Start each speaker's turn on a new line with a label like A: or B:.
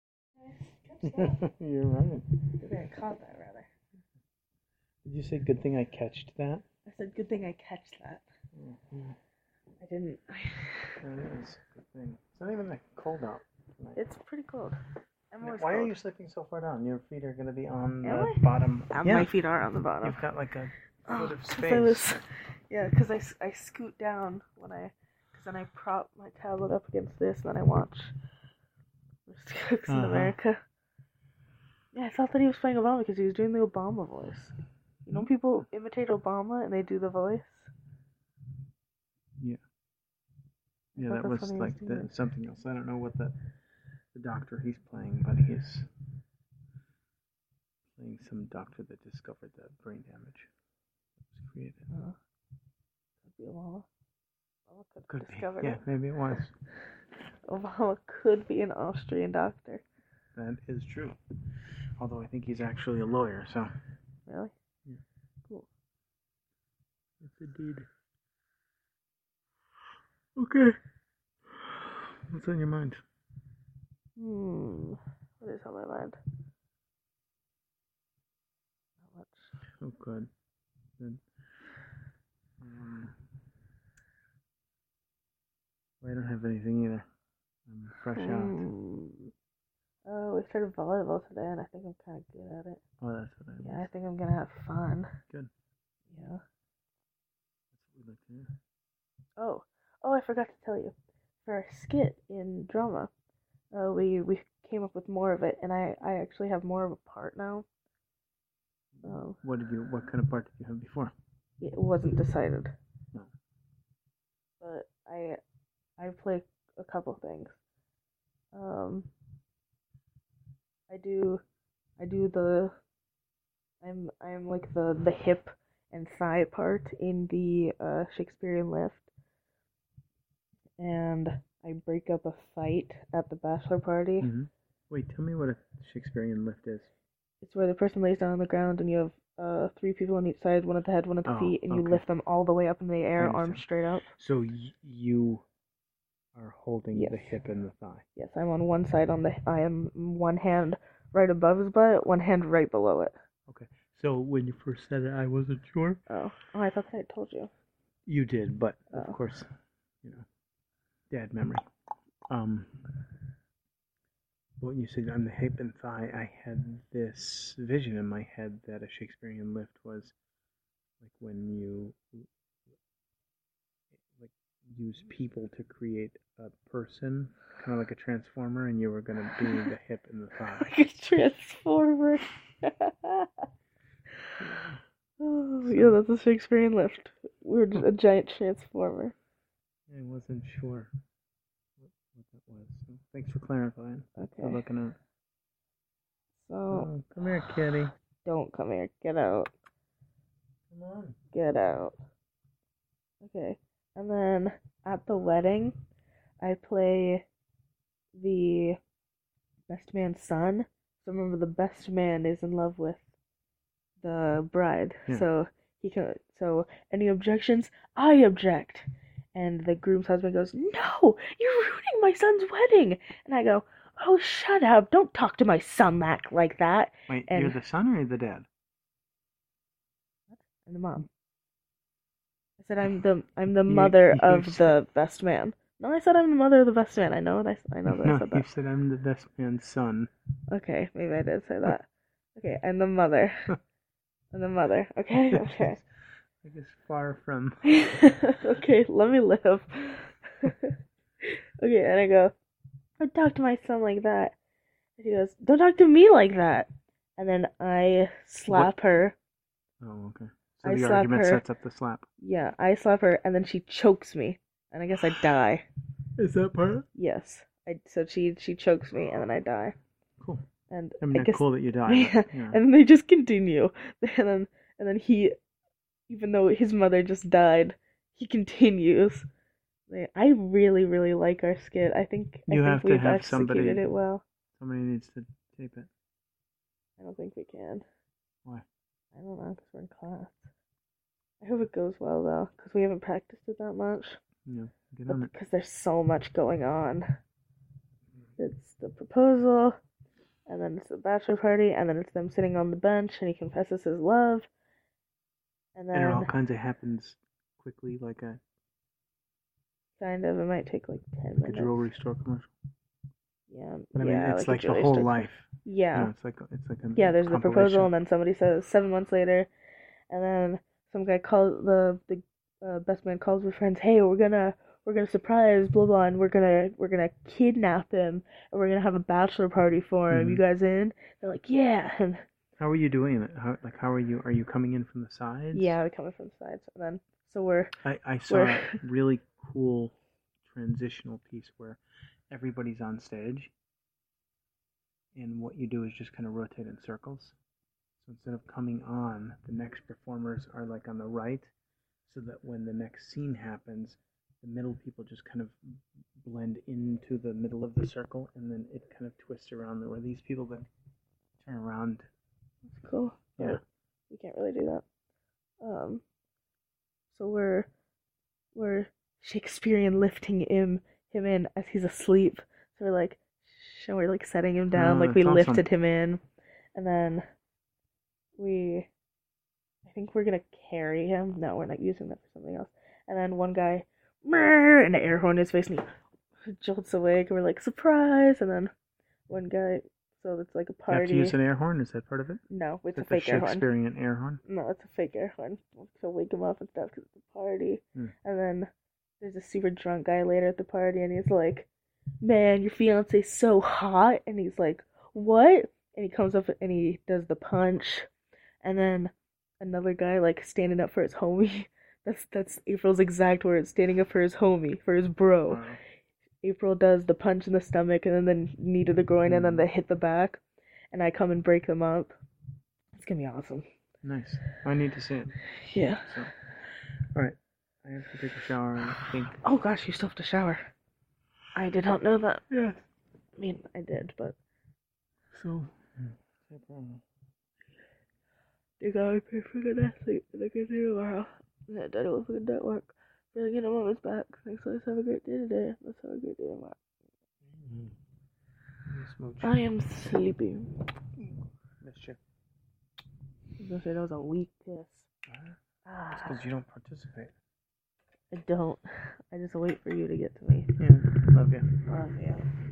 A: You're running.
B: You better caught that, rather.
A: Did you say good thing I catched that?
B: I said, good thing I catch that.
A: Yeah,
B: I didn't.
A: Mm-hmm. that is a good thing. It's not even that cold out.
B: It's pretty cold. I'm always
A: Why
B: cold.
A: are you sleeping so far down? Your feet are gonna be on
B: Am
A: the
B: I?
A: bottom.
B: Um,
A: yeah,
B: My feet are on the bottom.
A: you've got like a
B: Oh,
A: foot of
B: 'cause
A: space.
B: I was, yeah, because I, s- I scoot down when I, because then I prop my tablet up against this, and then I watch Mr. Cooks in
A: Uh-huh.
B: America. Yeah, I thought that he was playing Obama because he was doing the Obama voice. You know, people imitate Obama and they do the voice.
A: Yeah,
B: thought
A: that
B: that's
A: was
B: what he was
A: like the,
B: doing.
A: something else. I don't know what the the doctor he's playing, but he is playing some doctor that discovered the brain damage that was created.
B: Uh, could be Obama. Obama could,
A: Could
B: have discovered
A: be. Yeah,
B: it.
A: maybe it was.
B: Obama could be an Austrian doctor.
A: That is true. Although I think he's actually a lawyer, so.
B: Really?
A: Yes, indeed. Okay. What's on your mind?
B: Hmm. What is on my mind? Not much.
A: Oh, good. Good. Um, I don't have anything either. I'm fresh out.
B: Mm. Oh, we started volleyball today, and I think I'm kind of good at it.
A: Oh, that's what I
B: Yeah, I think I'm gonna have fun.
A: Good.
B: Yeah.
A: That's what we like to hear.
B: Oh, oh, I forgot to tell you. For our skit in drama, uh, we we came up with more of it, and I I actually have more of a part now. Um,
A: What did you? What kind of part did you have before?
B: it wasn't decided.
A: No.
B: But I I play a couple things. Um I do I do the I'm I'm like the the hip and thigh part in the uh Shakespearean lift. And I break up a fight at the bachelor party.
A: Mm-hmm. Wait, tell me what a Shakespearean lift is.
B: It's where the person lays down on the ground and you have uh three people on each side, one at the head, one at the
A: Oh,
B: feet, and you
A: okay.
B: lift them all the way up in the air, arms
A: understand.
B: straight out.
A: So y- you are holding the
B: Yes.
A: hip and the thigh.
B: Yes, I'm on one side on the I am one hand right above his butt, one hand right below it.
A: So when you first said it, I wasn't sure.
B: Oh. Oh, I thought that I told you.
A: You did, but
B: Oh.
A: of course, you know, dad memory. Um, when you said on the hip and thigh, I had this vision in my head that a Shakespearean lift was like when you like use people to create a person, kind of like a transformer, and you were gonna do the hip and the thigh.
B: Like a transformer. oh, yeah, that's a Shakespearean lift. We're just a giant transformer.
A: I wasn't sure what, what that was. So thanks for clarifying. For
B: Okay.
A: looking up.
B: So
A: Oh, come here, kitty.
B: don't come here. Get out.
A: Come on.
B: Get out. Okay. And then at the wedding, I play the best man's son. So remember, the best man is in love with the bride.
A: Yeah.
B: So he can. So any objections? I object. And the groom's husband goes, "No, you're ruining my son's wedding." And I go, "Oh, shut up! Don't talk to my son that like that."
A: Wait,
B: And-
A: you're the son or you're the dad?
B: and the mom. I said I'm the I'm the
A: You-
B: mother
A: you
B: of
A: just-
B: the best man. No, I said I'm the mother of the best man. I know what I, s- I know that I
A: no,
B: said
A: you
B: that.
A: said I'm the best man's son.
B: Okay, maybe I did say that. Okay, I'm the mother. I'm the mother. Okay, okay.
A: I guess far from.
B: okay, let me live. okay, and I go, don't talk to my son like that. And she goes, don't talk to me like that. And then I slap her.
A: Oh, okay. So
B: I
A: the
B: slap
A: argument
B: her.
A: sets up the slap.
B: Yeah, I slap her, and then she chokes me. And I guess I die.
A: Is that part?
B: Yes. I so she she chokes me and then I die.
A: Cool.
B: And
A: I mean,
B: I
A: not
B: guess
A: cool that you died. but, you know.
B: and they just continue. And then and then he even though his mother just died, he continues. Like, I really, really like our skit. I think
A: You
B: I
A: have to
B: think we've
A: have
B: executed
A: somebody-
B: it well.
A: Somebody needs to tape it.
B: I don't think we can.
A: Why?
B: I don't know, 'cause we're in class. I hope it goes well though, because we haven't practiced it that much.
A: You know, get
B: but
A: on it.
B: because there's so much going on. It's the proposal, and then it's the bachelor party, and then it's them sitting on the bench, and he confesses his love, and
A: And it all
B: then
A: kinds of happens quickly, like a,
B: kind of it might take like ten
A: like a
B: minutes.
A: jewelry store commercial.
B: Yeah,
A: But I mean,
B: yeah, like
A: it's like,
B: a
A: the
B: jewelry
A: whole
B: store.
A: life.
B: Yeah,
A: No, it's like it's like a
B: yeah. There's the proposal,
A: compilation.
B: and then somebody says seven months later, and then some guy calls the the uh, best man calls with friends. Hey, we're gonna we're gonna surprise blah blah, and we're gonna we're gonna kidnap him, and we're gonna have a bachelor party for him. You
A: Mhm.
B: guys in? They're like, yeah, and
A: How are you doing it? How, like, how are you? Are you coming in from the sides?
B: yeah, we're coming from the sides, and then so we're
A: I, I saw a
B: Where-
A: really cool transitional piece where everybody's on stage, and what you do is just kind of rotate in circles. So instead of coming on, the next performers are like on the right, so that when the next scene happens, the middle people just kind of blend into the middle of the circle, and then it kind of twists around. There were these people that turn around.
B: cool. but
A: Yeah.
B: We can't really do that. Um so we're we're Shakespearean lifting him him in as he's asleep. So we're like shh, and we're like setting him down,
A: Ah,
B: like we
A: that's awesome.
B: lifted him in. And then we I think we're gonna carry him. No, we're not using that for something else. And then one guy "Mer," and an air horn in his face and he jolts awake and we're like, surprise and then one guy so it's like a
A: You
B: party.
A: Have to use an air horn. Is that part of it?
B: No, it's a
A: Is that the
B: fake air horn.
A: Shakespearean air horn?
B: No, it's a fake air horn to wake him up and stuff because it's a party.
A: Hmm.
B: And then there's a super drunk guy later at the party, and he's like, "Man, your fiance's so hot," and he's like, "What?" And he comes up and he does the punch, and then another guy like standing up for his homie. That's that's April's exact words, standing up for his homie, for his bro.
A: Wow.
B: April does the punch in the stomach and then the knee to the groin and then
A: Hmm.
B: the hit the back, and I come and break them up. It's gonna be awesome.
A: Nice. Oh, I need to see it.
B: Yeah.
A: So, all right. I have to take a shower. and I think.
B: Oh gosh, you still have to shower. I did not know that.
A: Yeah.
B: I mean, I did, but
A: So.
B: you gotta pay for good athlete and I can do tomorrow. Yeah, daddy will fucking do work. Really good mom is back. Thanks, let's have a great day today. Let's have a great day tomorrow. I am sleepy.
A: Missed you.
B: I was gonna say that was a weak kiss.
A: It's
B: Ah,
A: because you don't participate.
B: I don't. I just wait for you to get to me.
A: Yeah. Love you.
B: Love you.